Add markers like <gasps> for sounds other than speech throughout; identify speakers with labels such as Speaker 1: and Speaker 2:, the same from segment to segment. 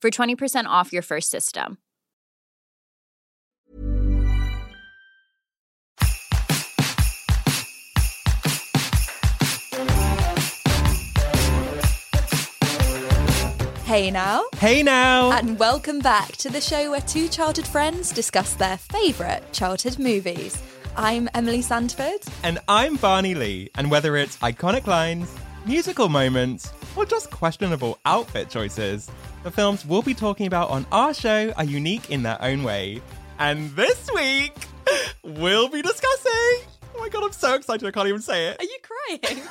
Speaker 1: for 20% off your first system.
Speaker 2: Hey now,
Speaker 3: Hey now!
Speaker 2: and welcome back to the show where two childhood friends discuss their favourite childhood movies. I'm Emily Sandford.
Speaker 3: and I'm Barney Lee, and whether it's iconic lines, musical moments, or just questionable outfit choices, the films we'll be talking about on our show are unique in their own way. And this week, we'll be discussing. Oh my god, I'm so excited, I can't even say it.
Speaker 2: Are you crying?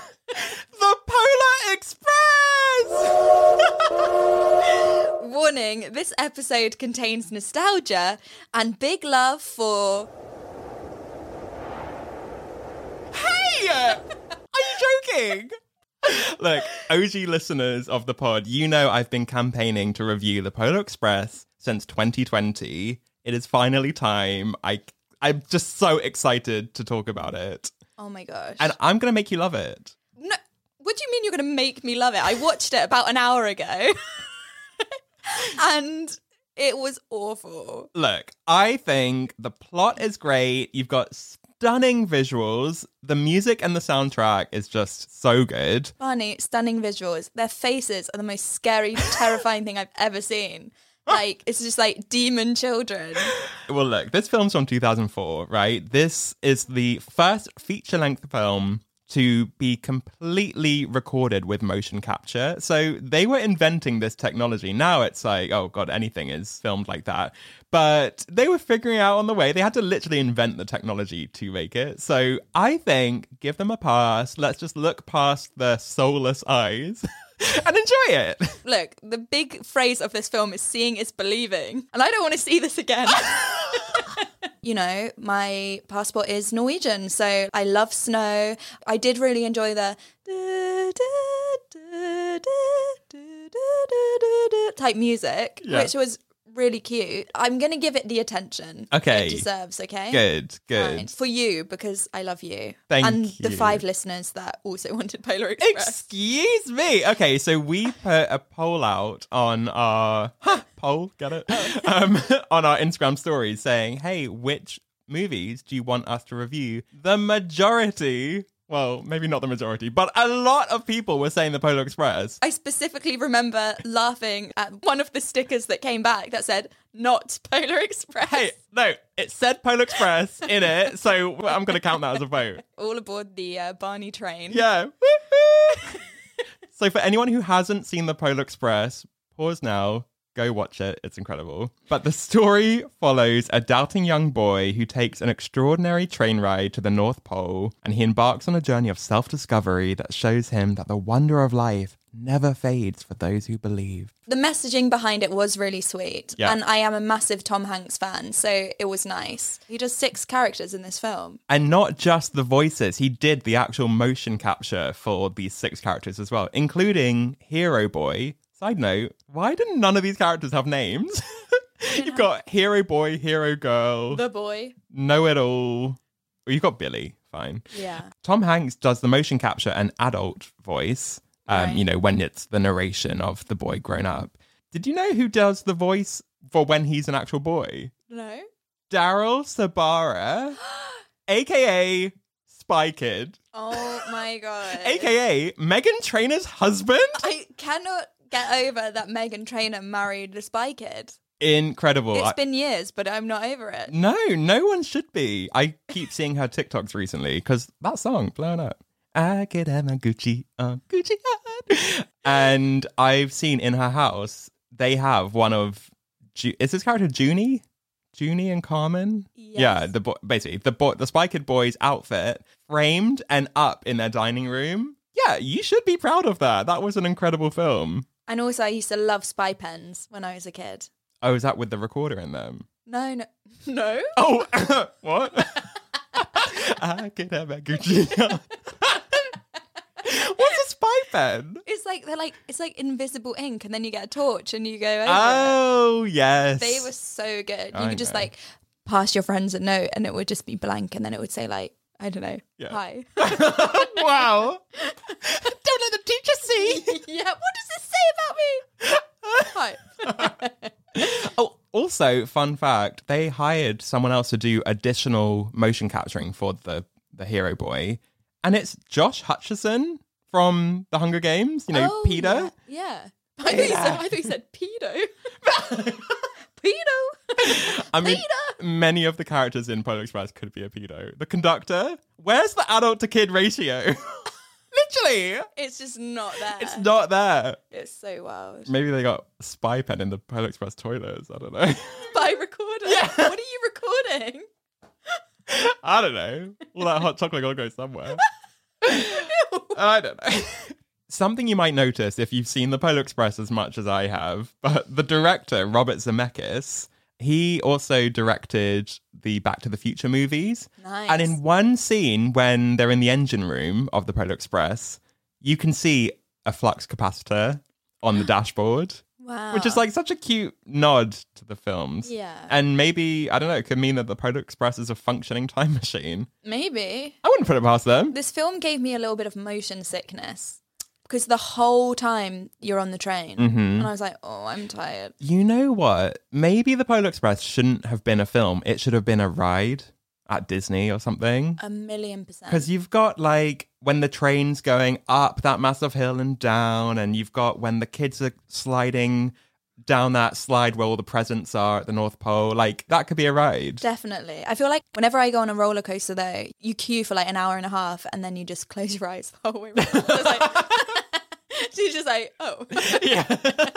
Speaker 3: The Polar Express!
Speaker 2: <laughs> Warning this episode contains nostalgia and big love for.
Speaker 3: hey! Are you joking? <laughs> Look, OG listeners of the pod, you know I've been campaigning to review the Polar Express since 2020. It is finally time. I I'm just so excited to talk about it.
Speaker 2: Oh my gosh.
Speaker 3: And I'm going to make you love it.
Speaker 2: No, what do you mean you're going to make me love it? I watched it about an hour ago. <laughs> and it was awful.
Speaker 3: Look, I think the plot is great. You've got stunning visuals. The music and the soundtrack is just so good.
Speaker 2: Barney, stunning visuals. Their faces are the most scary, <laughs> terrifying thing I've ever seen. Like, it's just like demon children.
Speaker 3: Well, look, this film's from 2004, right? This is the first feature length film to be completely recorded with motion capture. So they were inventing this technology. Now it's like, oh God, anything is filmed like that. But they were figuring out on the way, they had to literally invent the technology to make it. So I think give them a pass. Let's just look past their soulless eyes <laughs> and enjoy it.
Speaker 2: Look, the big phrase of this film is seeing is believing. And I don't want to see this again. <laughs> you know, my passport is Norwegian, so I love snow. I did really enjoy the type music,
Speaker 3: Yeah.
Speaker 2: which was really cute. I'm going to give it the attention
Speaker 3: Okay.
Speaker 2: it deserves, okay?
Speaker 3: Good, good.
Speaker 2: Fine. For you, because I love you.
Speaker 3: Thank
Speaker 2: and the
Speaker 3: you.
Speaker 2: five listeners that also <laughs> wanted Polar Express.
Speaker 3: Excuse me. Okay, so we put a poll out on our poll, get it? Um, <laughs> on our Instagram stories saying, hey, which movies do you want us to review? The majority, well, maybe not the majority, but a lot of people were saying the Polar Express.
Speaker 2: I specifically remember laughing at one of the stickers that came back that said, not Polar Express.
Speaker 3: Hey, no, it said Polar Express in it, so I'm going to count that as a vote.
Speaker 2: All aboard the uh, Barney train.
Speaker 3: Yeah. Woohoo! so for anyone who hasn't seen the Polar Express, pause now. Go watch it. It's incredible. But the story follows a doubting young boy who takes an extraordinary train ride to the North Pole and he embarks on a journey of self discovery that shows him that the wonder of life never fades for those who believe.
Speaker 2: The messaging behind it was really sweet.
Speaker 3: Yeah.
Speaker 2: And I am a massive Tom Hanks fan, so it was nice. He does six characters in this film.
Speaker 3: And not just the voices, he did the actual motion capture for these six characters as well, including Hero Boy. Side note, why did none of these characters have names? <laughs> You've got Hero Boy, Hero Girl,
Speaker 2: The boy.
Speaker 3: Know It All. Well, you've got Billy, fine.
Speaker 2: Yeah.
Speaker 3: Tom Hanks does the motion capture and adult voice, um,
Speaker 2: Right.
Speaker 3: you know, when it's the narration of the boy grown up. Did you know who does the voice for when he's an actual boy?
Speaker 2: No.
Speaker 3: Daryl Sabara, aka Spy Kid,
Speaker 2: Oh
Speaker 3: <laughs>
Speaker 2: my god.
Speaker 3: aka Megan Trainor's husband.
Speaker 2: I cannot get over that Megan Trainor married the spy kid.
Speaker 3: Incredible.
Speaker 2: It's
Speaker 3: I- Mm.
Speaker 2: been years, but I'm not over it.
Speaker 3: no, no one should be. I keep seeing her TikToks recently because that song blown up. I could have my Gucci on, Gucci on. And I've seen in her house they have one of Ju- is this character Junie, Junie and Carmen. Yeah,
Speaker 2: Yes.
Speaker 3: the bo- basically the boy, the Spy Kid boys outfit framed and up in their dining room. Yeah, you should be proud of that. That was an incredible film.
Speaker 2: And also, I used to love spy pens when I was a kid.
Speaker 3: Oh, is that with the recorder in them?
Speaker 2: No, <laughs> no, no.
Speaker 3: Oh, <coughs> what? <laughs> I could have a Gucci. <laughs> What's a spy pen?
Speaker 2: It's like they're like it's like invisible ink, and then you get a torch and you go over. it.
Speaker 3: Oh yes,
Speaker 2: They were so good. You
Speaker 3: I
Speaker 2: could just
Speaker 3: know.
Speaker 2: like pass your friends a note, and it would just be blank, and then it would say like I don't know,
Speaker 3: Yeah. <laughs>
Speaker 2: hi. <laughs>
Speaker 3: wow. <laughs> Don't let the teacher see.
Speaker 2: yeah, what does this say about me? hi.
Speaker 3: <laughs> Oh, also, fun fact: they hired someone else to do additional motion capturing for the the Hero Boy, and it's Josh Hutcherson from The Hunger Games. You know,
Speaker 2: Oh,
Speaker 3: Peter.
Speaker 2: Yeah. yeah. I, thought you said, I thought you said pedo.
Speaker 3: <laughs>
Speaker 2: pedo.
Speaker 3: I mean, many of the characters in Polar Express could be a pedo. The conductor. Where's the adult to kid ratio? <laughs> Literally,
Speaker 2: It's just not there.
Speaker 3: it's not there.
Speaker 2: It's so wild.
Speaker 3: Maybe they got spy pen in the Polar Express toilets. I don't know. <laughs>
Speaker 2: By recorder. What are you recording?
Speaker 3: I don't know. All that hot chocolate gotta go somewhere. I don't know. Something you might notice if you've seen the Polar Express as much as I have, but the director, Robert Zemeckis, he also directed the Back to the Future movies.
Speaker 2: Nice.
Speaker 3: And in one scene, when they're in the engine room of the Polar Express, you can see a flux capacitor
Speaker 2: <gasps>
Speaker 3: on the dashboard,
Speaker 2: wow.
Speaker 3: which is like such a cute nod to the films.
Speaker 2: Ah. Yeah.
Speaker 3: And maybe, I don't know, it could mean that the Polar Express is a functioning time <laughs> machine.
Speaker 2: Maybe.
Speaker 3: I wouldn't put it past them.
Speaker 2: This film gave me a little bit of motion sickness because the whole time you're on the train. And I was like, oh, I'm tired.
Speaker 3: You know what? Maybe the Polar Express shouldn't have been a film. It should have been a ride at Disney or something.
Speaker 2: A million percent.
Speaker 3: Because you've got like when the train's going up that massive hill and down, and you've got when the kids are sliding down that slide where all the presents are at the North Pole. Like that could be a ride.
Speaker 2: Definitely. I feel like whenever I go on a roller coaster, though, you queue for like an hour and a half and then you just <laughs> close your eyes the whole way around. So it's like- <laughs> she's just like, oh,
Speaker 3: <laughs> yeah.
Speaker 2: I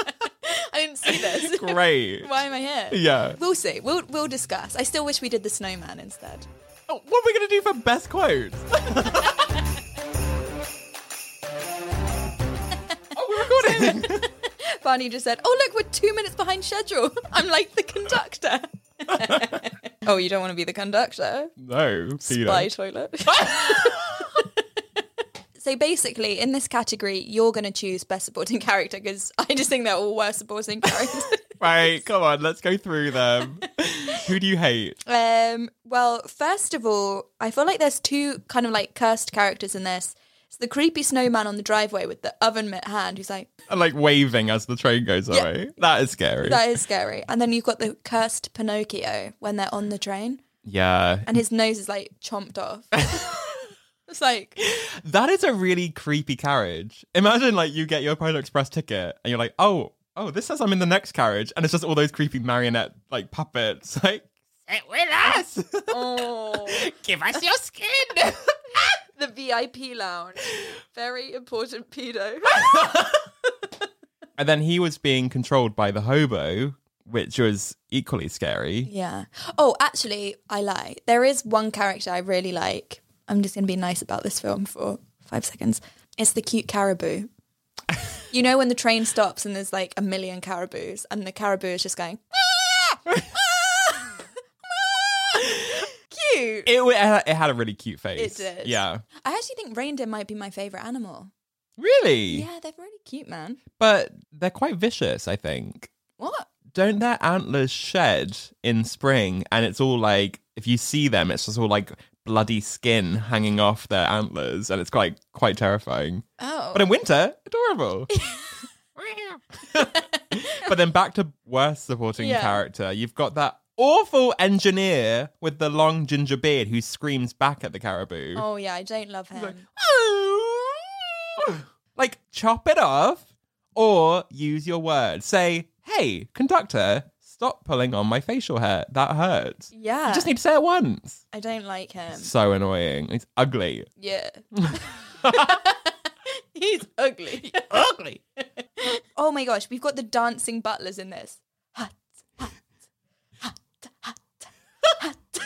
Speaker 2: didn't see this. <laughs>
Speaker 3: Great.
Speaker 2: Why am I here?
Speaker 3: Yeah.
Speaker 2: We'll see. We'll, we'll discuss. I still wish we did the snowman instead.
Speaker 3: Oh, What are we going to do for best quotes? oh, we're recording.
Speaker 2: Barney just said, oh, look, we're two minutes behind schedule. <laughs> I'm like the conductor. <laughs> oh, you don't want to be the conductor?
Speaker 3: No, Peter.
Speaker 2: Spy toilet. so basically, in this category, you're going to choose best supporting <laughs> character because I just think they're all worst supporting <laughs> characters.
Speaker 3: Right, come on, let's go through them. Who do you hate?
Speaker 2: um, well, first of all, I feel like there's two kind of like cursed characters in this. It's the creepy snowman on the driveway with the oven mitt hand who's like,
Speaker 3: And like waving as the train goes away. That is scary.
Speaker 2: that is scary. And then you've got the cursed Pinocchio when they're on the train
Speaker 3: yeah.
Speaker 2: and his nose is like chomped <laughs> off. it's like,
Speaker 3: That is a really creepy carriage. Imagine like you get your Polar Express ticket and you're like, oh, oh, this says I'm in the next carriage. And it's just all those creepy marionette like puppets. <laughs> Like, sit with <laughs> us.
Speaker 2: oh.
Speaker 3: Give us your skin.
Speaker 2: <laughs> the VIP lounge. Very important pedo.
Speaker 3: <laughs> and then he was being controlled by the hobo, which was equally scary.
Speaker 2: <laughs> yeah. Oh, actually, I lie. There is one character I really like. I'm just going to be nice about this film for five seconds. It's the cute caribou. you know, when the train stops and there's like a million caribous, and the caribou is just going, <laughs> cute.
Speaker 3: It, wa- it had a really cute face.
Speaker 2: It did.
Speaker 3: Yeah.
Speaker 2: I actually think reindeer might be my favorite animal.
Speaker 3: Really?
Speaker 2: Yeah, they're really cute, man.
Speaker 3: But they're quite vicious, I think.
Speaker 2: What?
Speaker 3: Don't their antlers shed in spring? And it's all like, if you see them, it's just all like bloody skin hanging off their antlers, and it's quite quite terrifying.
Speaker 2: Oh.
Speaker 3: But in winter, adorable. <laughs> but then back to worst supporting
Speaker 2: Yeah.
Speaker 3: character. You've got that awful engineer with the long ginger beard who screams back at the caribou.
Speaker 2: Oh yeah, I don't love him.
Speaker 3: like chop it off or use your words say hey conductor stop pulling on my facial hair that hurts
Speaker 2: Yeah,
Speaker 3: you just need to say it once
Speaker 2: I don't like him.
Speaker 3: so annoying it's ugly
Speaker 2: Yeah.
Speaker 3: <laughs>
Speaker 2: He's ugly.
Speaker 3: ugly
Speaker 2: Oh my gosh, we've got the dancing butlers in this. Hut, hut, hut, hut, hut.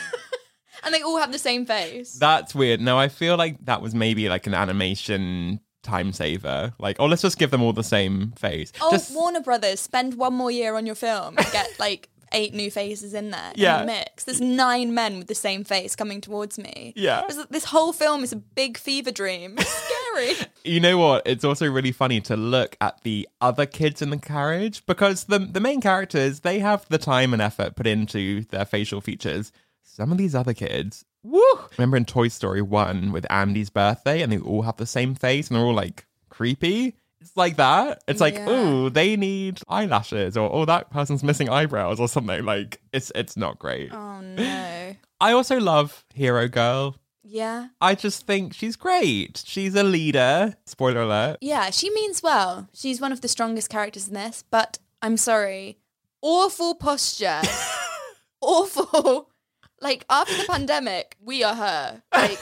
Speaker 2: <laughs> and they all have the same face.
Speaker 3: that's weird no i feel like that was maybe like an animation time saver like oh let's just give them all the same face
Speaker 2: Oh,
Speaker 3: just
Speaker 2: Warner Brothers, spend one more year on your film and get like eight new faces in there.
Speaker 3: Yeah.
Speaker 2: In the mix. There's nine men with the same face coming towards me.
Speaker 3: Yeah.
Speaker 2: This- This whole film is a big fever dream. It's
Speaker 3: <laughs>
Speaker 2: scary.
Speaker 3: You know what? It's also really funny to look at the other kids in the carriage because the the main characters they have the time and effort put into their facial features. Some of these other kids, woo! Remember in Toy Story One with Andy's birthday, and they all have the same face, and they're all like creepy. It's like that. It's like,
Speaker 2: Yeah.
Speaker 3: oh, they need eyelashes, or oh, that person's missing eyebrows, or something. Like, it's it's not great.
Speaker 2: oh no.
Speaker 3: I also love Hero Girl.
Speaker 2: Yeah.
Speaker 3: I just think she's great. She's a leader. Spoiler alert.
Speaker 2: Yeah, she means well. She's one of the strongest characters in this, but I'm sorry. Awful
Speaker 3: <laughs>
Speaker 2: posture. Awful. Like after the pandemic, we are her. Like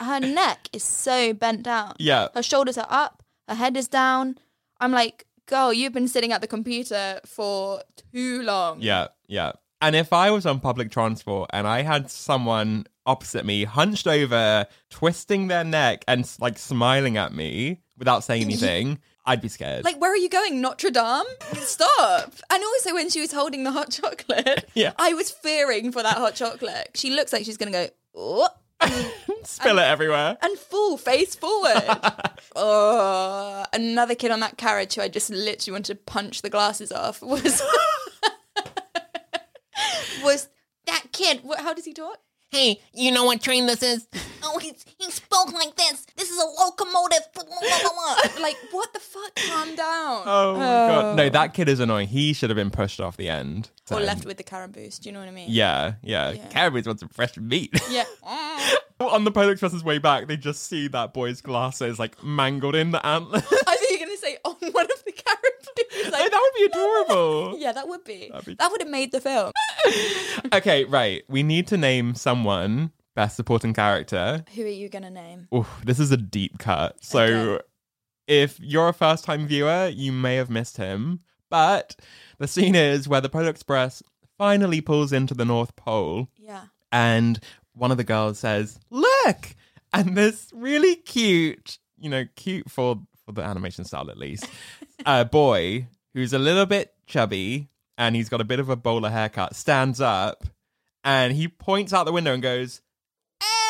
Speaker 2: her neck is so bent down.
Speaker 3: Yeah.
Speaker 2: Her shoulders are up, her head is down. I'm like, girl, you've been sitting at the computer for too long.
Speaker 3: Yeah, yeah. And if I was on public transport and I had someone opposite me hunched over, twisting their neck and s- like smiling at me without saying anything, I'd be scared.
Speaker 2: Like, where are you going, Notre Dame? Stop. And also, when she was holding the hot chocolate,
Speaker 3: Yeah.
Speaker 2: I was fearing for that hot chocolate. She looks like she's going to go, oh,
Speaker 3: <laughs> Spill it everywhere.
Speaker 2: and full face
Speaker 3: <laughs>
Speaker 2: forward. oh, another kid on that carriage who I just literally wanted to punch the glasses off was <laughs> was that kid. What, how does he talk?
Speaker 4: Hey, you know what train this is?
Speaker 5: Oh, he, he spoke like this. This is a locomotive. <laughs> Blah, blah, blah, blah.
Speaker 2: Like, what the fuck? Calm down.
Speaker 3: Oh my god. No, that kid is annoying. He should have been pushed off the end. So,
Speaker 2: or left with the caribous. Do you know what I mean?
Speaker 3: Yeah, yeah. Caribou's want some fresh meat. <laughs>
Speaker 2: Yeah. Oh.
Speaker 3: on the Polar Express's way back, they just see that boy's glasses like mangled in the <laughs> antlers.
Speaker 2: I think you're gonna say on one of the caribous.
Speaker 3: Like, <laughs> that would be
Speaker 2: <laughs>
Speaker 3: adorable.
Speaker 2: yeah, that would be.
Speaker 3: That'd be-
Speaker 2: That would have made the film.
Speaker 3: Okay, right. We need to name someone best supporting character.
Speaker 2: Who are you gonna name?
Speaker 3: Oof, this is a deep cut. So
Speaker 2: Okay.
Speaker 3: if you're a first time viewer, you may have missed him. But the scene is where the Polar Express finally pulls into the North Pole
Speaker 2: Yeah.
Speaker 3: and one of the girls says, Look! And this really cute, you know, cute for, for the animation style at least, uh, boy who's a little bit chubby and he's got a bit of a bowler haircut stands up and he points out the window and goes,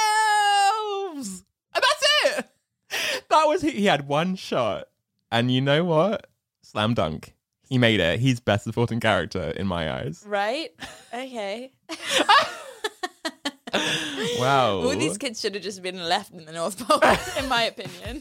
Speaker 3: Elves! And that's it! That was, he he had one shot. And you know what? Slam dunk. He made it. He's best supporting character in my
Speaker 2: <laughs>
Speaker 3: eyes.
Speaker 2: Right. Okay. <laughs>
Speaker 3: Wow.
Speaker 2: All these kids should have just been left in the North Pole, <laughs> in my opinion.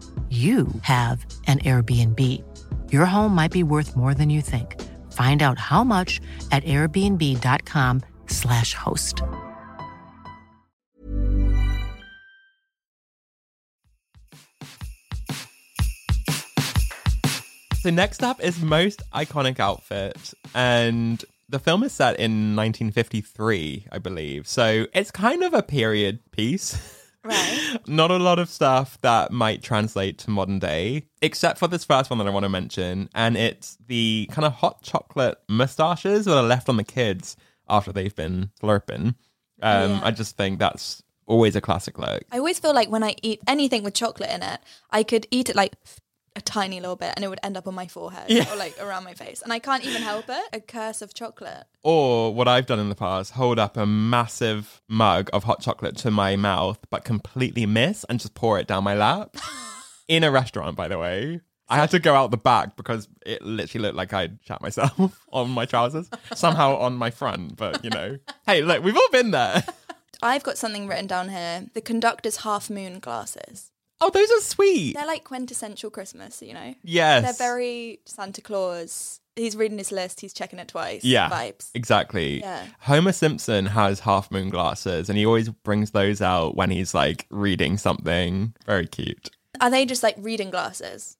Speaker 6: you have an Airbnb. Your home might be worth more than you think. Find out how much at airbnb.com/slash host.
Speaker 3: So next up is most iconic outfit, and the film is set in 1953, I believe. So it's kind of a period piece.
Speaker 2: Right.
Speaker 3: <laughs> Not a lot of stuff that might translate to modern day, except for this first one that I want to mention, and it's the kind of hot chocolate mustaches that are left on the kids after they've been slurping. Um, I just think that's always a classic look.
Speaker 2: I always feel like when I eat anything with chocolate in it, I could eat it like a tiny little bit and it would end up on my forehead or like around my face. And I can't even help it. A curse of chocolate.
Speaker 3: Or what I've done in the past, hold up a massive mug of hot chocolate to my mouth, but completely miss and just pour it down my
Speaker 2: <laughs>
Speaker 3: lap. in a restaurant, by the way. I had to go out the back because it literally looked like I'd shat myself <laughs> on my trousers, somehow on my front, but you
Speaker 2: <laughs>
Speaker 3: know. Hey, look, we've all been there.
Speaker 2: I've got something written down here. The conductor's half moon glasses.
Speaker 3: Oh, those are sweet.
Speaker 2: They're like quintessential Christmas, you know?
Speaker 3: Yes.
Speaker 2: They're very Santa Claus. He's reading his list, he's checking it twice.
Speaker 3: yeah,
Speaker 2: Vibes.
Speaker 3: Exactly.
Speaker 2: Yeah.
Speaker 3: Homer Simpson has half moon glasses and he always brings those out when he's like reading something. Very cute.
Speaker 2: Are they just like reading glasses?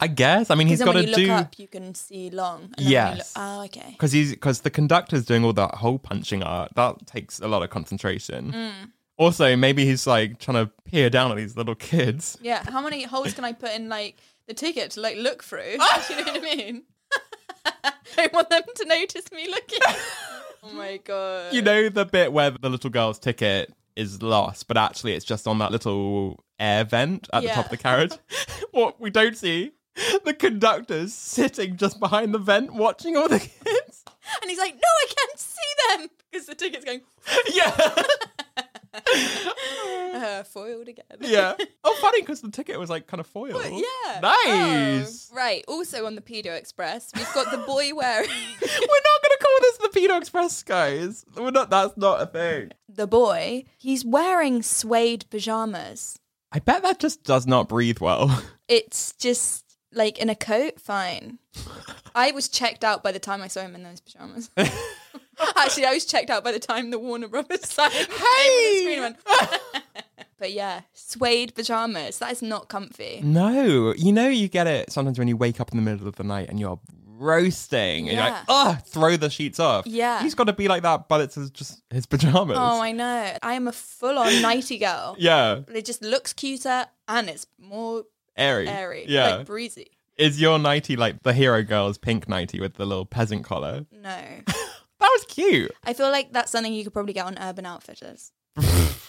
Speaker 3: I guess. I mean, he's
Speaker 2: Because then
Speaker 3: got
Speaker 2: when
Speaker 3: to
Speaker 2: you look
Speaker 3: do
Speaker 2: up, you can see long. and then when you look-
Speaker 3: Yes.
Speaker 2: Oh, okay.
Speaker 3: because he's because the conductor's doing all that hole punching art. That takes a lot of concentration.
Speaker 2: Mm.
Speaker 3: Also, maybe he's like trying to peer down at these little kids.
Speaker 2: Yeah. How many holes can I put in like the ticket to like look through? <laughs> Do you know what I mean? <laughs> Don't want them to notice me
Speaker 3: <laughs>
Speaker 2: looking. oh my god.
Speaker 3: You know the bit where the little girl's ticket is lost, but actually it's just on that little air vent at the top of the
Speaker 2: Yeah. <laughs>
Speaker 3: carriage. what we don't see. The conductor's sitting just behind the vent watching all the kids.
Speaker 2: <laughs>
Speaker 3: <laughs>
Speaker 2: And he's like, no, I can't see them because the ticket's going <laughs>
Speaker 3: Yeah.
Speaker 2: uh, foiled again. <laughs>
Speaker 3: Yeah. Oh, funny because the ticket was like kind of foil.
Speaker 2: Yeah.
Speaker 3: Nice.
Speaker 2: Oh, right. Also on the Pedo Express, we've got the boy wearing <laughs>
Speaker 3: We're not gonna call this the Pinot Express, guys. We're not. That's not a thing.
Speaker 2: the boy. He's wearing suede pajamas.
Speaker 3: I bet that just does not breathe well. <laughs>
Speaker 2: It's just like in a coat. Fine. I was checked out by the time I saw him in
Speaker 3: <laughs>
Speaker 2: those pajamas. Actually, I was checked out by the time the Warner Brothers <laughs> sign came on the screen and
Speaker 3: <laughs>
Speaker 2: went- <laughs> but yeah, suede pajamas. That is not comfy.
Speaker 3: No, you know you get it sometimes when you wake up in the middle of the night and you're roasting and you're
Speaker 2: Yeah.
Speaker 3: like, oh, throw the sheets off.
Speaker 2: Yeah.
Speaker 3: he's got to be like that, but it's his- just his pajamas.
Speaker 2: Oh, I know. I am a full-on
Speaker 3: <laughs>
Speaker 2: nighty girl.
Speaker 3: yeah,
Speaker 2: But it just looks cuter and it's more
Speaker 3: airy.
Speaker 2: airy,
Speaker 3: Yeah,
Speaker 2: like breezy.
Speaker 3: is your nighty like the hero girl's pink nighty with the little peasant collar?
Speaker 2: No,
Speaker 3: That was cute.
Speaker 2: I feel like that's something you could probably get on Urban Outfitters.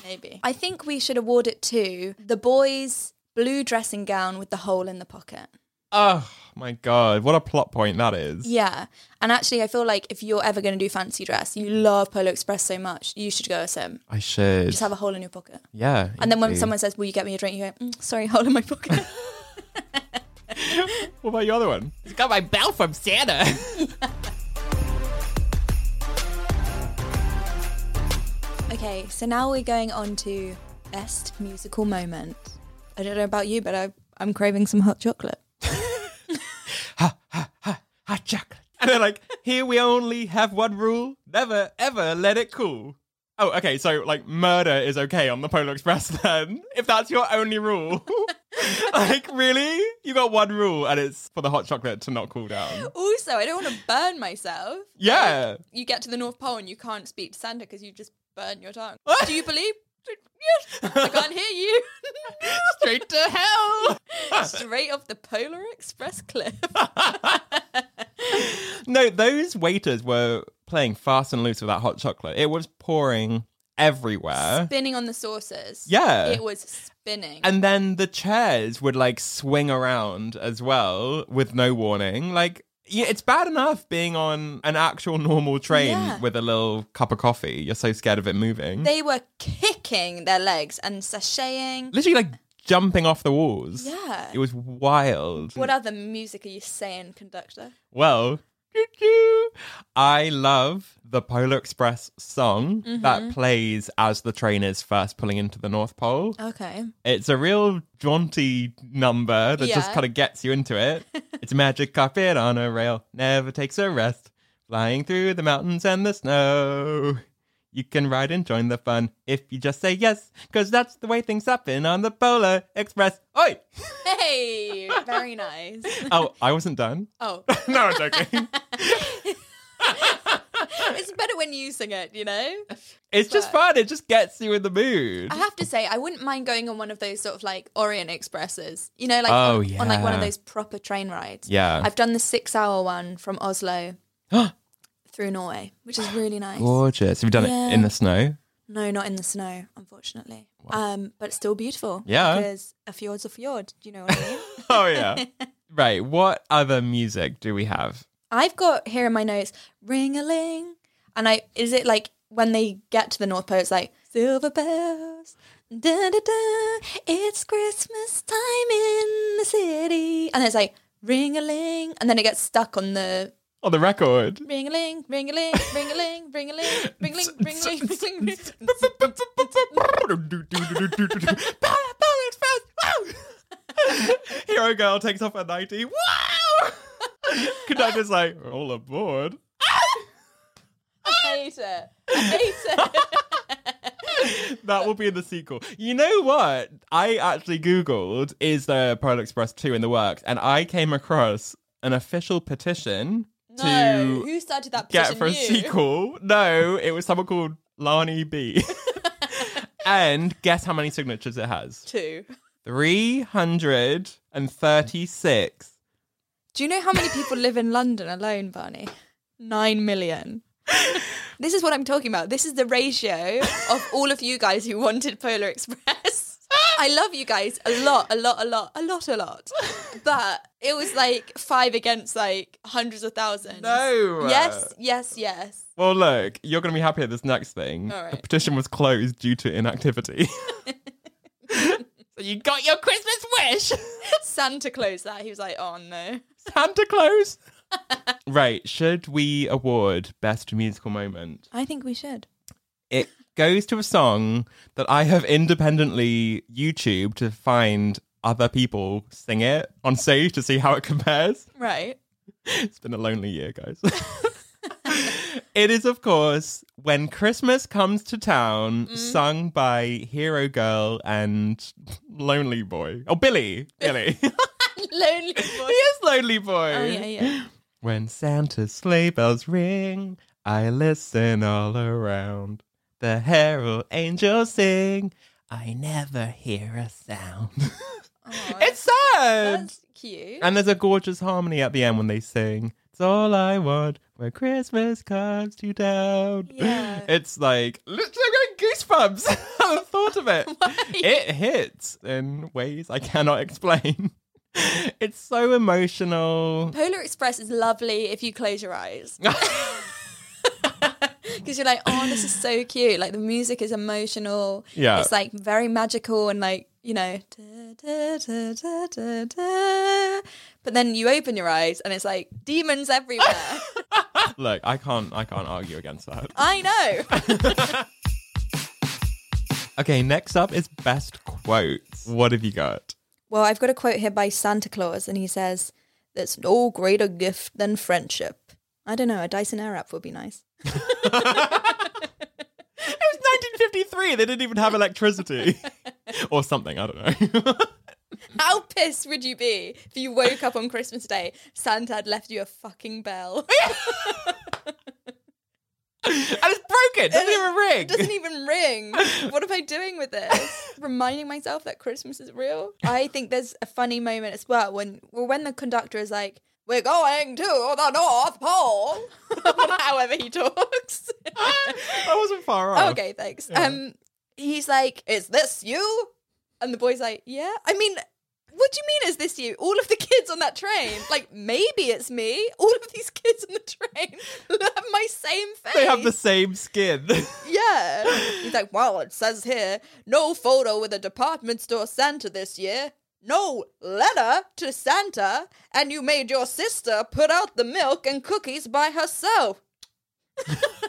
Speaker 2: Maybe. I think we should award it to the boy's blue dressing gown with the hole in the pocket.
Speaker 3: Oh my god, what a plot point that is.
Speaker 2: Yeah, and actually, I feel like if you're ever going to do fancy dress, you love Polo Express so much, you should go a sim.
Speaker 3: I should.
Speaker 2: Just have a hole in your pocket,
Speaker 3: yeah.
Speaker 2: and then when
Speaker 3: easy.
Speaker 2: someone says, "Will you get me a drink?" you go, mm, "Sorry, hole in my pocket."
Speaker 3: What about your other one?
Speaker 4: It's got my bell from Santa.
Speaker 2: Okay, so now we're going on to best musical moment. I don't know about you, but I, I'm craving some hot chocolate.
Speaker 3: hot chocolate. <laughs> And they're like, here we only have one rule never, ever let it cool. Oh, <laughs>
Speaker 4: <laughs>
Speaker 3: okay, so like murder is okay on the Polar Express then, if that's your only rule. like, really? You got one rule, and it's for the hot chocolate to not cool down.
Speaker 2: Also, I don't want to burn myself.
Speaker 3: Yeah.
Speaker 2: You get to the North Pole and you can't speak to Santa because you just burn your tongue. Do you believe? Yes. I can't hear you.
Speaker 4: Straight to hell.
Speaker 2: <laughs> Straight off the Polar Express cliff.
Speaker 3: No, those waiters were playing fast and loose with that hot chocolate. It was pouring everywhere.
Speaker 2: spinning on the saucers.
Speaker 3: Yeah.
Speaker 2: It was spinning.
Speaker 3: And then the chairs would like swing around as well with no warning. Like, yeah, it's bad enough being on an actual normal train
Speaker 2: Yeah.
Speaker 3: with a little cup of coffee. You're so scared of it moving.
Speaker 2: they were kicking their legs and sashaying.
Speaker 3: Literally like jumping off the walls.
Speaker 2: Yeah.
Speaker 3: It was wild.
Speaker 2: What other music are you saying, conductor?
Speaker 3: Well, choo-choo. I love the Polar Express song
Speaker 2: Mm-hmm.
Speaker 3: that plays as the train is first pulling into the North Pole.
Speaker 2: Okay.
Speaker 3: It's a real jaunty number that just
Speaker 2: Yeah.
Speaker 3: kind of gets you into
Speaker 2: <laughs>
Speaker 3: it. it's a magic carpet on a rail, never takes a rest, flying through the mountains and the snow. You can ride and join the fun if you just say yes, because that's the way things happen on the Polar Express. Oi!
Speaker 2: Hey, very nice.
Speaker 3: Oh, I wasn't done.
Speaker 2: Oh,
Speaker 3: <laughs> no, I'm joking.
Speaker 2: it's better when you sing it, you know?
Speaker 3: <laughs> It's just fun. It just gets you in the mood.
Speaker 2: I have to say, I wouldn't mind going on one of those sort of like Orient Expresses, you know, like
Speaker 3: Oh,
Speaker 2: on, on like one of
Speaker 3: yeah.
Speaker 2: those proper train rides.
Speaker 3: Yeah.
Speaker 2: I've done the six hour one from
Speaker 3: <gasps>
Speaker 2: Oslo through Norway, which is really nice.
Speaker 3: Gorgeous. You've done it in the snow.
Speaker 2: No, not in the snow, unfortunately. Um, but it's still beautiful.
Speaker 3: Yeah.
Speaker 2: Because a fjord's a fjord. Do you know what I mean?
Speaker 3: <laughs> Oh
Speaker 2: <laughs>
Speaker 3: yeah. right. What other music do we have?
Speaker 2: I've got here in my notes, ring a ling. And I is it like when they get to the North Pole, it's like silver bells. Da, da, da, it's Christmas time in the city. And it's like ring a ling. And then it gets stuck on the
Speaker 3: On the record.
Speaker 2: ring a ling, ring a ling, ring a ling, ring a ling, ring a
Speaker 3: <laughs>
Speaker 2: ling, ring a ling, ring a ling.
Speaker 3: Hero girl takes off her ninety. Wow. Conductor's like all aboard.
Speaker 2: I hate it. I hate it.
Speaker 3: That will be in the sequel. You know what? I actually Googled is there a Pearl Express 2 in the works? And I came across an official petition
Speaker 2: No.
Speaker 3: <laughs> to
Speaker 2: Who started that
Speaker 3: get
Speaker 2: petition?
Speaker 3: for a
Speaker 2: You?
Speaker 3: sequel. No, it was someone called Lani
Speaker 2: <laughs>
Speaker 3: B. and guess how many signatures it has?
Speaker 2: Two.
Speaker 3: 336.
Speaker 2: Do you know how many people live in London alone, Barney? Nine million. this is what I'm talking about. This is the ratio of all of you guys who wanted Polar Express. I love you guys a lot, a lot, a lot, a lot, a lot. But it was like five against like hundreds of thousands.
Speaker 3: No.
Speaker 2: Yes, yes, yes.
Speaker 3: Well, look, you're going to be happy at this next thing.
Speaker 2: All right.
Speaker 3: The petition was closed due to inactivity. <laughs>
Speaker 4: So you got your Christmas wish.
Speaker 2: <laughs> Santa closed that. He was like, oh no.
Speaker 3: Santa
Speaker 2: <laughs>
Speaker 3: Claus. right, should we award best musical moment?
Speaker 2: I think we should.
Speaker 3: It goes to a song that I have independently YouTube to find other people sing it on stage to see how it compares.
Speaker 2: Right. <laughs>
Speaker 3: It's been a lonely year, guys. <laughs> it is, of course, When Christmas Comes to Town,
Speaker 2: Mm-hmm.
Speaker 3: sung by Hero Girl and Lonely Boy. Oh, Billy.
Speaker 2: <laughs>
Speaker 3: Billy. <laughs> he
Speaker 2: Lonely boy.
Speaker 4: <laughs>
Speaker 3: is Lonely Boy.
Speaker 2: Oh, yeah, yeah.
Speaker 3: When Santa's sleigh bells ring, I listen all around. The herald angels sing. I never hear a
Speaker 2: <laughs>
Speaker 3: sound. it's sad.
Speaker 2: That's cute.
Speaker 3: And there's a gorgeous harmony at the end when they sing. It's all I want when Christmas comes to town.
Speaker 2: Yeah.
Speaker 3: It's like literally I'm getting goosebumps <laughs> at the thought of
Speaker 2: <laughs>
Speaker 3: it. It hits in ways I cannot <laughs> explain. It's so
Speaker 2: <laughs>
Speaker 3: emotional.
Speaker 2: Polar Express is lovely if you close your eyes. <laughs> Because you're like, oh, this is so cute. Like the music is emotional.
Speaker 3: Yeah.
Speaker 2: It's like very magical and like, you know. da, da, da, da, da, da. But then you open your eyes and it's like demons everywhere.
Speaker 3: Look, I can't I can't argue against that.
Speaker 2: I know.
Speaker 3: Okay, next up is best quotes. What have you got?
Speaker 2: Well, I've got a quote here by Santa Claus and he says, there's no greater gift than friendship. I don't know. A Dyson Airwrap would be nice.
Speaker 3: It <laughs> was 1953. They didn't even have electricity. or something, I don't know. <laughs>
Speaker 2: How pissed would you be if you woke up on Christmas Day, Santa had left you a fucking bell? <laughs>
Speaker 3: and it's broken. Doesn't even ring.
Speaker 2: It doesn't even ring. What am I doing with this? Reminding myself that Christmas is real. I think there's a funny moment as well when well, when the conductor is like, "We're going to the North Pole," <laughs> however he talks.
Speaker 3: I wasn't far off.
Speaker 2: Okay, thanks.
Speaker 3: Yeah.
Speaker 2: Um, he's like, "Is this you?" And the boy's like, "Yeah." I mean. What do you mean? Is this you? All of the <laughs> kids on that train, like maybe it's me. All of these kids on the train <laughs> have my same face.
Speaker 3: They have the same skin. <laughs>
Speaker 2: Yeah. He's like, well, it says here, no photo with a department store Santa this year. No letter to Santa, and you made your sister put out the milk and cookies
Speaker 3: <laughs>
Speaker 2: by herself.
Speaker 3: Don't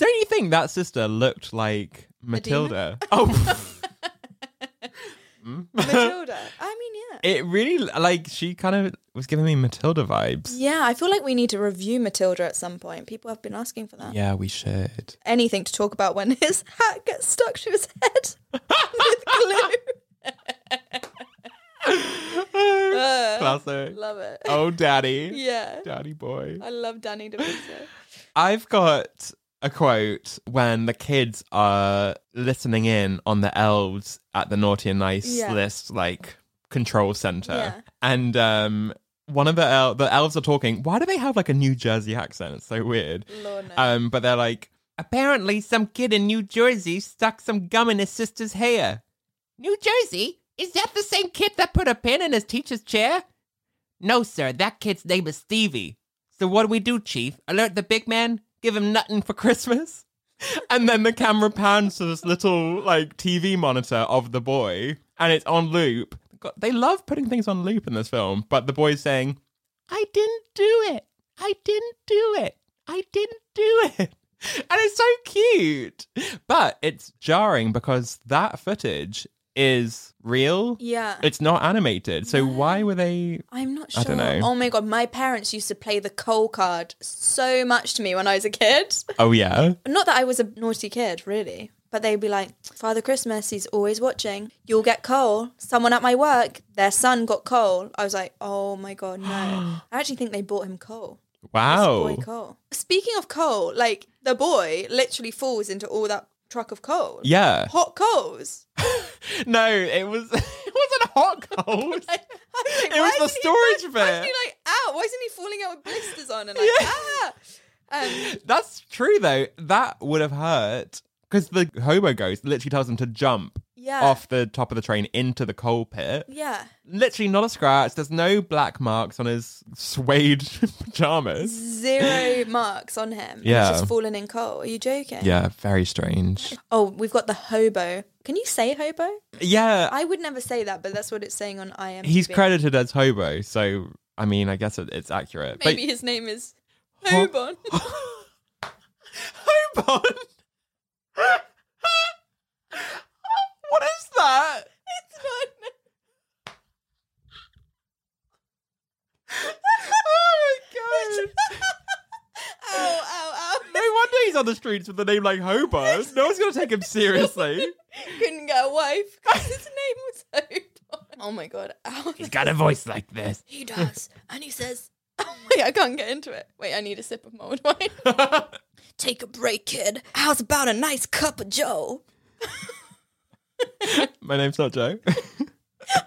Speaker 3: you think that sister looked like Matilda? <laughs> Oh. Mm.
Speaker 2: Matilda. I mean, yeah.
Speaker 3: it really like she kind of was giving me Matilda vibes.
Speaker 2: Yeah, I feel like we need to review Matilda at some point. People have been asking for that.
Speaker 3: Yeah, we should. <laughs>
Speaker 2: Anything to talk about when <laughs> his hat gets stuck to his head <laughs> with glue. <laughs> Uh,
Speaker 3: Classic.
Speaker 2: Love it.
Speaker 3: Oh, daddy.
Speaker 2: <laughs> Yeah.
Speaker 3: Daddy boy.
Speaker 2: I love Danny DeVito.
Speaker 3: I've got a quote when the kids are listening in on the elves at the naughty and nice
Speaker 2: Yeah.
Speaker 3: list, like control center,
Speaker 2: Yeah.
Speaker 3: and um, one of the el- the elves are talking. Why do they have like a New Jersey accent? It's so weird.
Speaker 2: Lord, no.
Speaker 3: Um, but they're like, apparently, some kid in New Jersey stuck some gum in his sister's hair.
Speaker 4: New Jersey? Is that the same kid that put a pin in his teacher's chair?
Speaker 3: No, sir, that kid's name is Stevie. So what do we do, Chief? Alert the big man? Give him nothing for Christmas? and then the camera pans to this little like TV monitor of the boy, and it's on loop. God, they love putting things on loop in this film, but the boy's saying, "I didn't do it. I didn't do it. I didn't do it." And it's so cute, but it's jarring because that footage is real.
Speaker 2: Yeah.
Speaker 3: It's not animated. So why were they <laughs>
Speaker 2: I'm not sure.
Speaker 3: I don't know.
Speaker 2: Oh my god, my parents used to play the coal card so much to me when I was a kid.
Speaker 3: Oh yeah.
Speaker 2: Not that I was a naughty kid, really, but they'd be like, "Father Christmas, he's always watching. You'll get coal. Someone at my work, their son got coal." I was like, "Oh my
Speaker 3: <gasps>
Speaker 2: god, no!" I actually think they bought him coal. This
Speaker 3: Wow.
Speaker 2: boy coal. Speaking of coal, like the boy literally falls into all that truck of coal.
Speaker 3: Yeah.
Speaker 2: Hot coals. <laughs>
Speaker 3: No, it was <laughs> it wasn't hot cold.
Speaker 2: <laughs> I, I was
Speaker 3: It was
Speaker 2: like, why
Speaker 3: the
Speaker 2: isn't he-
Speaker 3: storage
Speaker 2: Why isn't
Speaker 3: bit.
Speaker 2: he like out? Why isn't he falling out with blisters
Speaker 3: <laughs>
Speaker 2: on and like ah? Um,
Speaker 3: That's true though. That would have hurt because the hobo ghost literally tells him to jump
Speaker 2: yeah.
Speaker 3: off the top of the train into the coal pit.
Speaker 2: Yeah.
Speaker 3: Literally not a scratch. There's no black marks on his suede <laughs> pajamas.
Speaker 2: Zero
Speaker 3: <laughs>
Speaker 2: marks on him. He's
Speaker 3: Yeah.
Speaker 2: just fallen in coal. Are you joking?
Speaker 3: Yeah, very strange.
Speaker 2: Oh, we've got the hobo. Can you say hobo?
Speaker 3: Yeah,
Speaker 2: I would never say that, but that's what it's saying on IMDb.
Speaker 3: he's credited as hobo, so I mean, I guess it, it's accurate.
Speaker 2: Maybe his name is
Speaker 3: Ho-
Speaker 2: Hobon.
Speaker 3: Hobon. what is that? It's not. oh my god!
Speaker 2: ow, ow,
Speaker 3: No
Speaker 2: ow. <laughs>
Speaker 3: wonder he's on the streets with a name like Hobos. No one's gonna take him seriously.
Speaker 2: Couldn't get a wife because his name was Hobon. Oh my god. Ow.
Speaker 4: He's got a voice like this.
Speaker 2: <laughs> He does. and he says, oh, wait, <laughs> I can't get into it. Wait, I need a sip of mulled
Speaker 3: <laughs>
Speaker 2: wine. Take a break, kid. How's about a nice cup of joe?
Speaker 3: My name's not
Speaker 2: <laughs>
Speaker 3: Joe.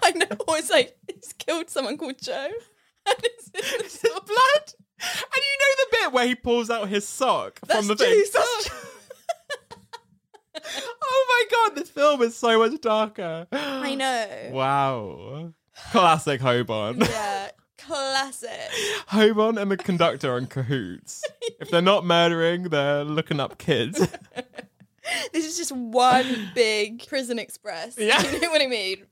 Speaker 2: I know. Or it's like, he's killed someone called Joe. <laughs> And it's in the store. blood.
Speaker 3: And you know the bit where he pulls out his sock
Speaker 2: That's
Speaker 3: from the
Speaker 2: Joe's
Speaker 3: thing.
Speaker 2: sock.
Speaker 3: <laughs> oh my god, this film is so much darker.
Speaker 2: I know.
Speaker 3: Wow. Classic Hobon. <laughs>
Speaker 2: <laughs> Yeah. Classic.
Speaker 3: Hobon and the conductor are in cahoots. If they're not murdering, they're looking up kids. <laughs>
Speaker 2: This is just one big prison express.
Speaker 3: Yeah.
Speaker 2: You know what I mean?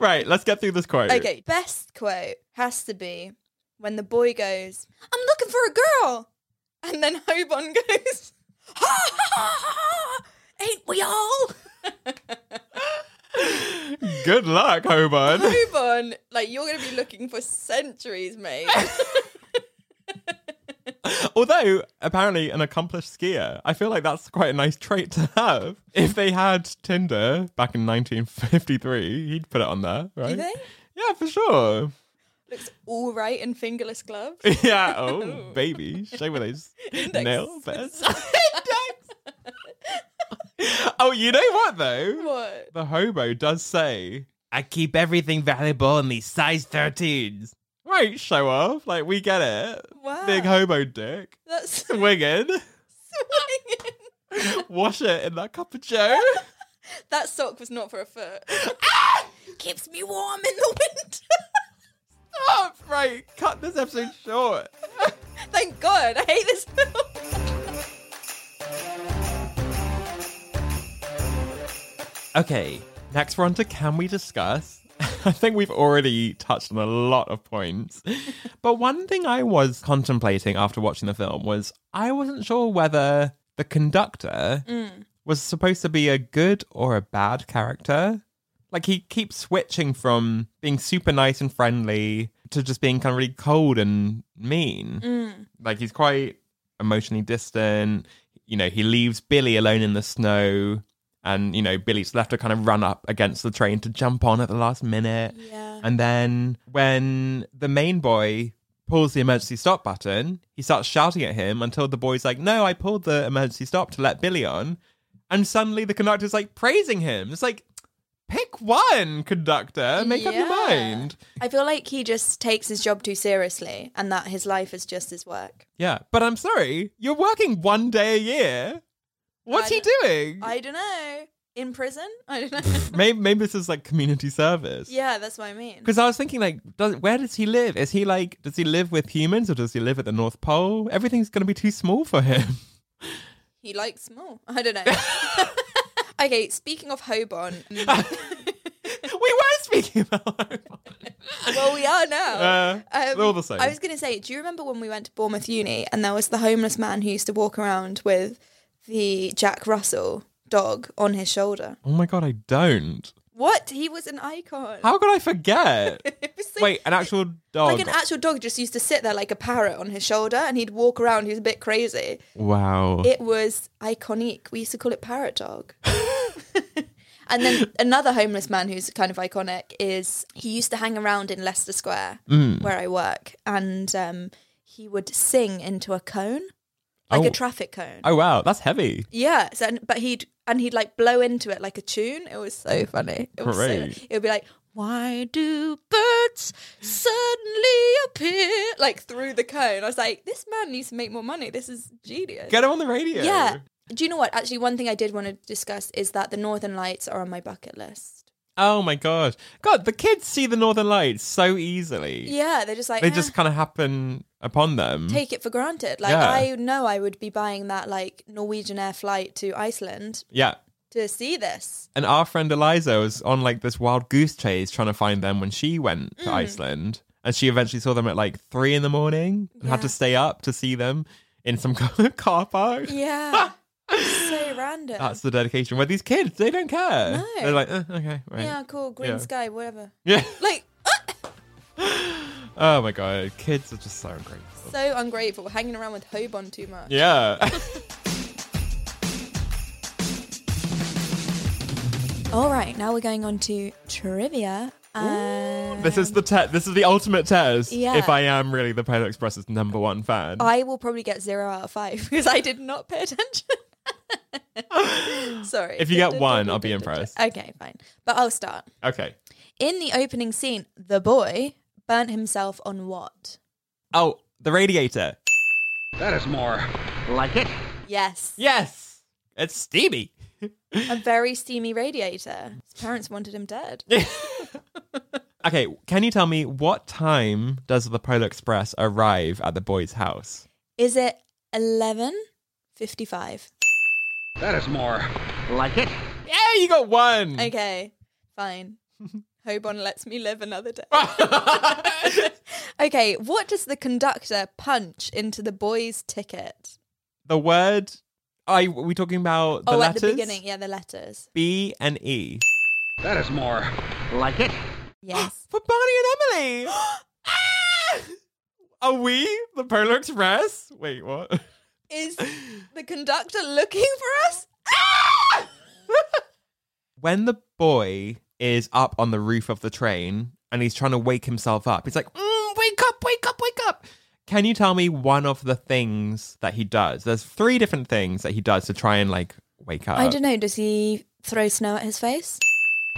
Speaker 3: right, let's get through this quote.
Speaker 2: Okay, best quote has to be when the boy goes, I'm looking for a girl. And then Hobon goes, <laughs> ha ha ha ha, ain't
Speaker 3: <laughs>
Speaker 2: we all?
Speaker 3: Good luck, Hobon.
Speaker 2: Hobon, like you're going to be looking for centuries, mate.
Speaker 3: Although, apparently, an accomplished skier, I feel like that's quite a nice trait to have. If they had Tinder back in 1953, he'd put it on there, right?
Speaker 2: think?
Speaker 3: Yeah, for sure. <laughs>
Speaker 2: Looks all right in fingerless gloves.
Speaker 3: yeah, oh, baby. Show with <laughs> those
Speaker 2: <laughs>
Speaker 3: nail beds. oh, you know what, though?
Speaker 2: What?
Speaker 3: The hobo does say, I keep everything valuable in these size 13s. Right, show off. Like, we get it.
Speaker 2: Wow.
Speaker 3: Big hobo <laughs> dick.
Speaker 2: That's <laughs>
Speaker 3: Swinging.
Speaker 2: swinging.
Speaker 3: Wash it in that cup of <laughs> joe.
Speaker 2: That sock was not for a foot.
Speaker 3: Ah!
Speaker 5: Keeps me warm in the winter.
Speaker 3: Stop, right. Cut this episode short.
Speaker 2: <laughs> Thank God. I hate this film.
Speaker 3: Okay, next we're on to Can We Discuss? <laughs> I think we've already touched on a lot of points. but one thing I was contemplating after watching the film was I wasn't sure whether the conductor was supposed to be a good or a bad character. Like he keeps switching from being super nice and friendly to just being kind of really cold and mean. Like he's quite emotionally distant. You know, he leaves Billy alone in the snow. And, you know, Billy's left to kind of run up against the train to jump on at the last minute.
Speaker 2: Yeah.
Speaker 3: And then when the main boy pulls the emergency stop button, he starts shouting at him until the boy's like, No, I pulled the emergency stop to let Billy on. And suddenly the conductor's like praising him. It's like, pick one, conductor. Make up your
Speaker 2: Yeah.
Speaker 3: mind.
Speaker 2: I feel like he just takes his job too seriously and that his life is just his work.
Speaker 3: Yeah. But I'm sorry, you're working one day a year. What's
Speaker 2: I
Speaker 3: he
Speaker 2: don't-
Speaker 3: doing?
Speaker 2: I don't know. In prison? I
Speaker 3: <laughs>
Speaker 2: don't know.
Speaker 3: maybe, maybe this is like community service.
Speaker 2: yeah, that's what I mean.
Speaker 3: Because I was thinking, like, does, where does he live? Is he like, does he live with humans or does he live at the North Pole? Everything's going to be too small for him.
Speaker 2: <laughs> He likes small. I don't know. <laughs> okay, speaking of
Speaker 3: <laughs>
Speaker 2: <laughs> Hobon,
Speaker 3: we were speaking about.
Speaker 2: well, we are now.
Speaker 3: <laughs>
Speaker 2: Um,
Speaker 3: Uh, they're all the same.
Speaker 2: I was going to say, do you remember when we went to Bournemouth Uni and there was the homeless man who used to walk around with the Jack Russell dog on his shoulder?
Speaker 3: oh my god, I don't.
Speaker 2: What? He was an icon.
Speaker 3: How could I
Speaker 2: <laughs>
Speaker 3: forget?
Speaker 2: It was so-
Speaker 3: Wait, oh an actual dog.
Speaker 2: Like an actual dog just used to sit there like a parrot on his shoulder and he'd walk around. He was a bit crazy.
Speaker 3: wow.
Speaker 2: It was iconic. We used to call it
Speaker 3: <laughs>
Speaker 2: parrot dog. and then another homeless man who's kind of iconic is he used to hang around in Leicester Square
Speaker 3: Mm.
Speaker 2: where I work and um, he would sing into a cone, like
Speaker 3: Oh.
Speaker 2: a traffic cone.
Speaker 3: oh wow, that's heavy.
Speaker 2: Yeah, so, and, but he'd and he'd like blow into it like a tune. It was so funny. It was so,
Speaker 3: Great.
Speaker 2: it would be like, "Why do birds suddenly appear?" Like through the cone. I was like, "This man needs to make more money. This is genius."
Speaker 3: Get him on the radio.
Speaker 2: yeah. Do you know what? Actually, one thing I did want to discuss is that the Northern Lights are on my bucket list.
Speaker 3: Oh my gosh. God, the kids see the Northern Lights so easily.
Speaker 2: Yeah, they're just like
Speaker 3: They
Speaker 2: "Eh,
Speaker 3: just kind of happen upon them.
Speaker 2: take it for granted. Like
Speaker 3: Yeah.
Speaker 2: I know I would be buying that like Norwegian Air flight to Iceland
Speaker 3: yeah.
Speaker 2: to see this.
Speaker 3: And our friend Eliza was on like this wild goose chase trying to find them when she went
Speaker 2: Mm.
Speaker 3: to Iceland. And she eventually saw them at like three in the morning and had to
Speaker 2: Yeah.
Speaker 3: stay up to see them in some <laughs> car park.
Speaker 2: Yeah.
Speaker 3: <laughs>
Speaker 2: so random.
Speaker 3: That's the dedication. Where these kids, they don't care.
Speaker 2: No.
Speaker 3: They're like, "Eh, okay, right.
Speaker 2: Yeah, cool. Green
Speaker 3: Yeah.
Speaker 2: sky, whatever.
Speaker 3: <laughs> Yeah.
Speaker 2: Like,
Speaker 3: Oh my god, kids are just so ungrateful.
Speaker 2: so ungrateful, hanging around with Hobon too much.
Speaker 3: Yeah.
Speaker 2: All right, now we're going on to trivia. Um,
Speaker 3: <laughs> this is the test. This is the ultimate test.
Speaker 2: Yeah.
Speaker 3: If I am really the Polar Express's number one fan.
Speaker 2: I will probably get zero out of five <laughs> because I did not pay
Speaker 3: <laughs>
Speaker 2: attention. Sorry.
Speaker 3: If you get one, I'll be impressed.
Speaker 2: Okay, fine. But I'll start.
Speaker 3: Okay.
Speaker 2: In the opening scene, the boy burnt himself on what?
Speaker 3: Oh, the radiator.
Speaker 4: That is more like it.
Speaker 2: Yes.
Speaker 3: Yes. It's steamy.
Speaker 2: A very steamy radiator. His parents wanted him dead.
Speaker 3: Okay, can you tell me what time does the Polar Express arrive at the boy's house?
Speaker 2: Is it 11.55?
Speaker 4: That is more like it.
Speaker 3: Yeah, you got one.
Speaker 2: Okay, fine. Hobon lets me live another day.
Speaker 3: Ah!
Speaker 2: okay, what does the conductor punch into the boy's ticket?
Speaker 3: <laughs> The word. I are we talking about the
Speaker 2: oh,
Speaker 3: letters?
Speaker 2: at the beginning, yeah, the letters.
Speaker 3: B and E.
Speaker 4: That is more like it.
Speaker 2: Yes.
Speaker 3: <gasps> For Barney and Emily. Ah! Are we The Polar Express? Wait, what?
Speaker 2: Is the conductor looking for us?
Speaker 3: Ah! When the boy is up on the roof of the train and he's trying to wake himself up, he's like, "Mm, wake up, wake up, wake up. Can you tell me one of the things that he does? There's three different things that he does to try and like wake up.
Speaker 2: I don't know. Does he throw snow at his face?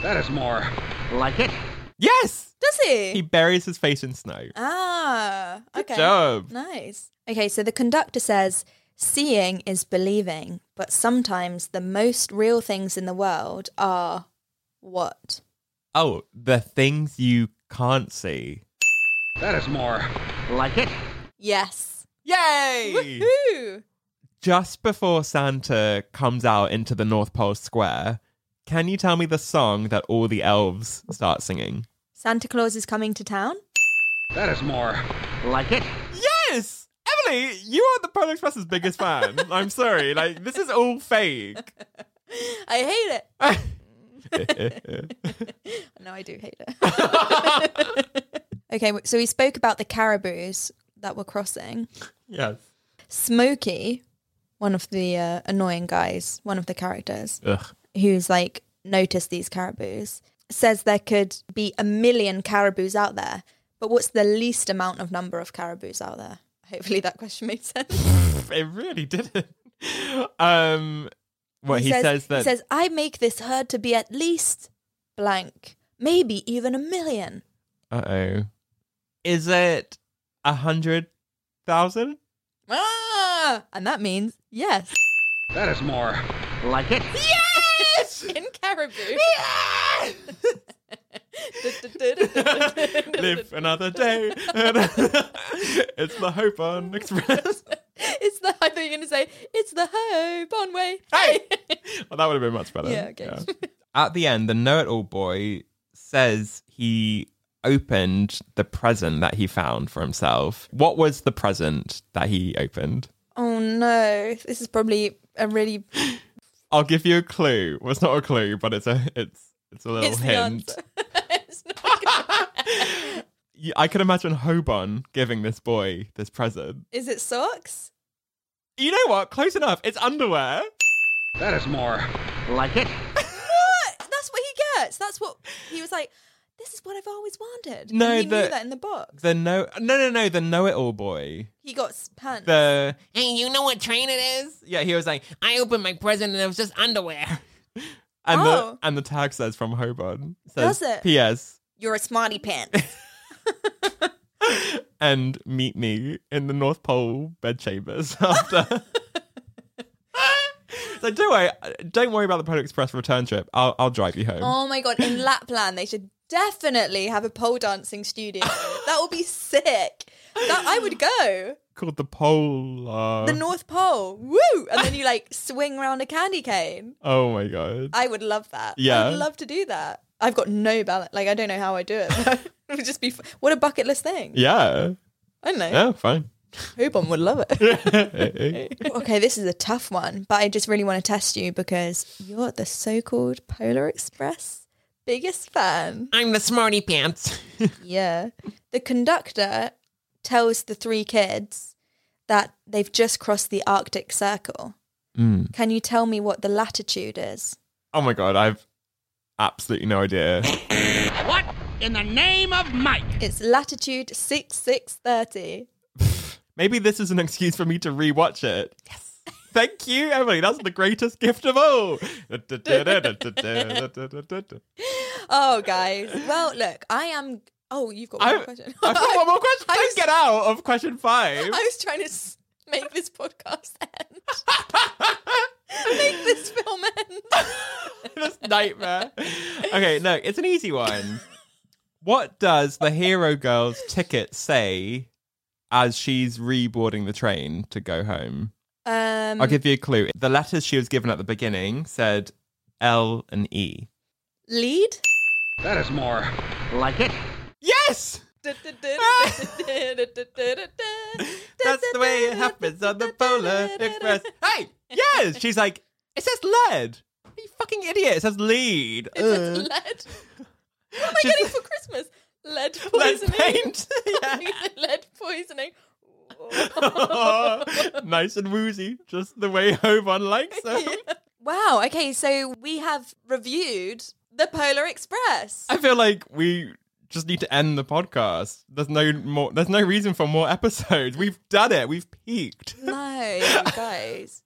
Speaker 7: That is more like it.
Speaker 3: Yes!
Speaker 2: Does he?
Speaker 3: He buries his face in snow.
Speaker 2: Ah, okay.
Speaker 3: job.
Speaker 2: Nice. Okay, so the conductor says, seeing is believing, but sometimes the most real things in the world are what?
Speaker 3: Oh, the things you can't see.
Speaker 7: That is more like it.
Speaker 2: Yes.
Speaker 3: Yay!
Speaker 2: Woohoo!
Speaker 3: Just before Santa comes out into the North Pole Square, can you tell me the song that all the elves start singing?
Speaker 2: Santa Claus is coming to town?
Speaker 7: That is more like it.
Speaker 3: Yes! Emily, you are the Polar Express's biggest fan. I'm sorry. Like, this is all fake.
Speaker 2: I hate it. No, I do hate it. <laughs> okay, so we spoke about the caribous that were crossing.
Speaker 3: yes.
Speaker 2: Smokey, one of the uh, annoying guys, one of the characters
Speaker 3: Ugh.
Speaker 2: who's like noticed these caribous, says there could be a million caribous out there. But what's the least amount of number of caribous out there? Hopefully that question made
Speaker 3: <laughs>
Speaker 2: sense.
Speaker 3: It really didn't. Um, what he, says, that.
Speaker 2: he says I make this herd to be at least blank, maybe even a million.
Speaker 3: uh oh. Is it a hundred
Speaker 2: <laughs>
Speaker 3: thousand?
Speaker 2: Ah! And that means yes.
Speaker 7: That is more like it. <laughs>
Speaker 2: Yes! In caribou. <laughs>
Speaker 3: Live another day. <laughs> it's the Hope on Express.
Speaker 2: it's the I thought you were gonna say it's the hope on way.
Speaker 3: Hey! Well, that would have been much better.
Speaker 2: <laughs> Yeah, okay.
Speaker 3: At the end, the know it all boy says he opened the present that he found for himself. What was the present that he opened?
Speaker 2: Oh no. This is probably a really
Speaker 3: I'll give you a clue. Well, it's not a clue, but it's a it's it's a little
Speaker 2: it's the
Speaker 3: hint. <laughs>
Speaker 2: answer. <laughs> it's not gonna...
Speaker 3: You- I can imagine Hoban giving this boy this present.
Speaker 2: Is it socks?
Speaker 3: You know what? Close enough. It's underwear.
Speaker 7: That is more like it.
Speaker 2: What? That's what he gets. That's what he was like, this is what I've always wanted.
Speaker 3: No,
Speaker 2: and he
Speaker 3: the-
Speaker 2: knew that in the box.
Speaker 3: The no, no, no, no. The know-it-all boy.
Speaker 2: He got s- pants.
Speaker 3: The
Speaker 4: <laughs> Hey, you know what train it is?
Speaker 3: yeah, he was like,
Speaker 4: I opened my present and it was just underwear.
Speaker 3: <laughs> and
Speaker 2: Oh.
Speaker 3: the and the tag says from Hoban. Says,
Speaker 2: Does it?
Speaker 3: P.S.
Speaker 2: You're a smarty pants.
Speaker 3: <laughs> And meet me in the North Pole bedchambers <laughs>
Speaker 4: <laughs>
Speaker 3: after. so don't worry, don't worry about the Polar Express return trip. I'll I'll drive you home.
Speaker 2: oh my god, in Lapland they should definitely have a pole dancing studio. that would be sick. That I would go.
Speaker 3: Called the Polar.
Speaker 2: The North Pole. Woo! And then you like swing around a candy cane.
Speaker 3: oh my god.
Speaker 2: I would love that.
Speaker 3: Yeah.
Speaker 2: I'd love to do that. I've got no balance. Like I don't know how I do it. <laughs> it would just be f- what a bucket list thing.
Speaker 3: yeah.
Speaker 2: I don't know.
Speaker 3: Yeah. Fine.
Speaker 4: <laughs>
Speaker 2: Hoban would love it. okay, this is a tough one, but I just really want to test you because you're the so-called Polar Express biggest fan.
Speaker 4: I'm the smarty pants.
Speaker 2: Yeah. The conductor tells the three kids that they've just crossed the Arctic Circle.
Speaker 3: Mm.
Speaker 2: Can you tell me what the latitude is?
Speaker 3: Oh my god, I've absolutely no idea.
Speaker 7: What in the name of Mike?
Speaker 2: It's latitude 6630.
Speaker 3: Maybe this is an excuse for me to rewatch it. Yes. Thank you, Emily. That's the greatest gift of
Speaker 2: <laughs>
Speaker 3: all.
Speaker 2: Oh, guys. Well, look, I am. Oh, you've got one
Speaker 3: I-
Speaker 2: more question.
Speaker 3: I've got
Speaker 2: <laughs>
Speaker 3: one more question.
Speaker 2: I
Speaker 3: Don't
Speaker 2: was-
Speaker 3: get out of question five.
Speaker 2: I was trying to s- make this podcast end. <laughs> make this film end.
Speaker 3: <laughs> this nightmare. Okay, no, it's an easy one. What does the hero girl's ticket say as she's reboarding the train to go home?
Speaker 2: Um,
Speaker 3: I'll give you a clue. The letters she was given at the beginning said L and E. <laughs>
Speaker 2: Lead?
Speaker 7: That is more like it.
Speaker 3: Yes! That's the way it happens on the Polar Express. Hey! Yes! She's like, it says lead. You fucking idiot. It says lead.
Speaker 2: <laughs> It's
Speaker 3: Ugh.
Speaker 2: lead. What am I
Speaker 3: Just-
Speaker 2: getting for Christmas? Lead
Speaker 3: Lead
Speaker 2: <laughs> poisoning.
Speaker 3: paint. Yeah.
Speaker 2: lead poisoning.
Speaker 3: "Oh, nice and woozy, just the way <laughs> Hovan likes <laughs> them.
Speaker 2: Wow. Okay, so we have reviewed the Polar Express.
Speaker 3: I feel like we just need to end the podcast. There's no more. There's no reason for more episodes. We've done it. We've peaked.
Speaker 2: No, you guys.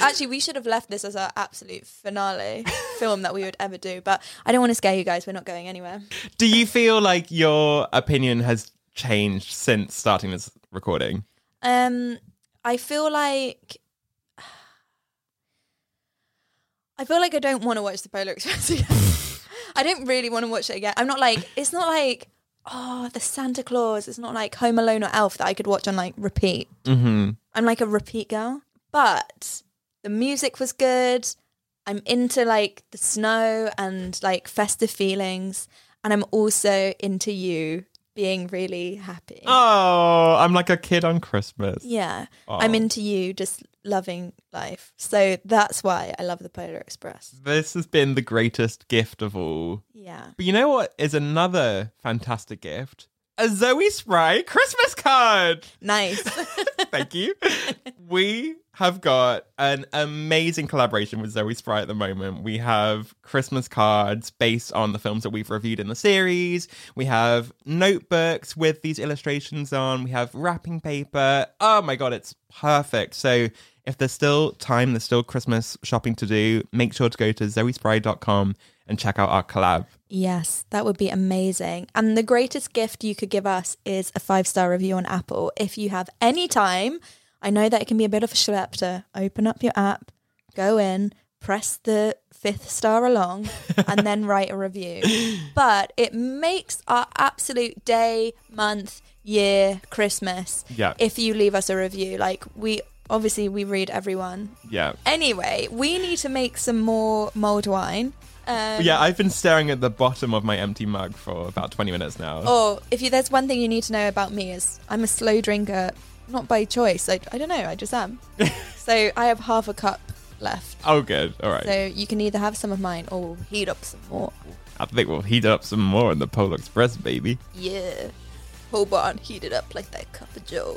Speaker 2: Actually, we should have left this as our absolute finale film that we would ever do, but I don't want to scare you guys. We're not going anywhere.
Speaker 3: Do you feel like your opinion has changed since starting this recording?
Speaker 2: Um, I feel like I feel like I don't want to watch the Polar Express <laughs> again. I don't really want to watch it again. I'm not like it's not like oh the Santa Claus. It's not like Home Alone or Elf that I could watch on like repeat.
Speaker 3: Mm-hmm.
Speaker 2: I'm like a repeat girl, but the music was good. I'm into like the snow and like festive feelings, and I'm also into you being really happy.
Speaker 3: Oh, I'm like a kid on Christmas.
Speaker 2: Yeah.
Speaker 3: Oh.
Speaker 2: I'm into you just loving life. So that's why I love the Polar Express.
Speaker 3: This has been the greatest gift of all.
Speaker 2: Yeah.
Speaker 3: But you know what is another fantastic gift? A Zoe Spry Christmas card.
Speaker 2: Nice. <laughs>
Speaker 3: Thank you. we have got an amazing collaboration with Zoe Spry at the moment. We have Christmas cards based on the films that we've reviewed in the series. We have notebooks with these illustrations on. We have wrapping paper. Oh my God, it's perfect. So if there's still time, there's still Christmas shopping to do, make sure to go to zoespry.com and check out our collab.
Speaker 2: Yes, that would be amazing. And the greatest gift you could give us is a five star review on Apple. If you have any time, I know that it can be a bit of a schlep to open up your app, go in, press the fifth star along, and then write a review. But it makes our absolute day, month, year, Christmas
Speaker 3: Yeah.
Speaker 2: if you leave us a review. Like, we obviously we read everyone.
Speaker 3: Yeah.
Speaker 2: Anyway, we need to make some more mulled wine. Um,
Speaker 3: yeah, I've been staring at the bottom of my empty mug for about 20 minutes now.
Speaker 2: Oh, if you, there's one thing you need to know about me is I'm a slow drinker, not by choice. I, I don't know, I just am. so I have half a cup left.
Speaker 3: Oh, good. All right.
Speaker 2: So you can either have some of mine or we'll heat up some more.
Speaker 3: I think we'll heat up some more in the Polar Express, baby.
Speaker 2: Yeah. Hold on, heat it up like that cup of joe.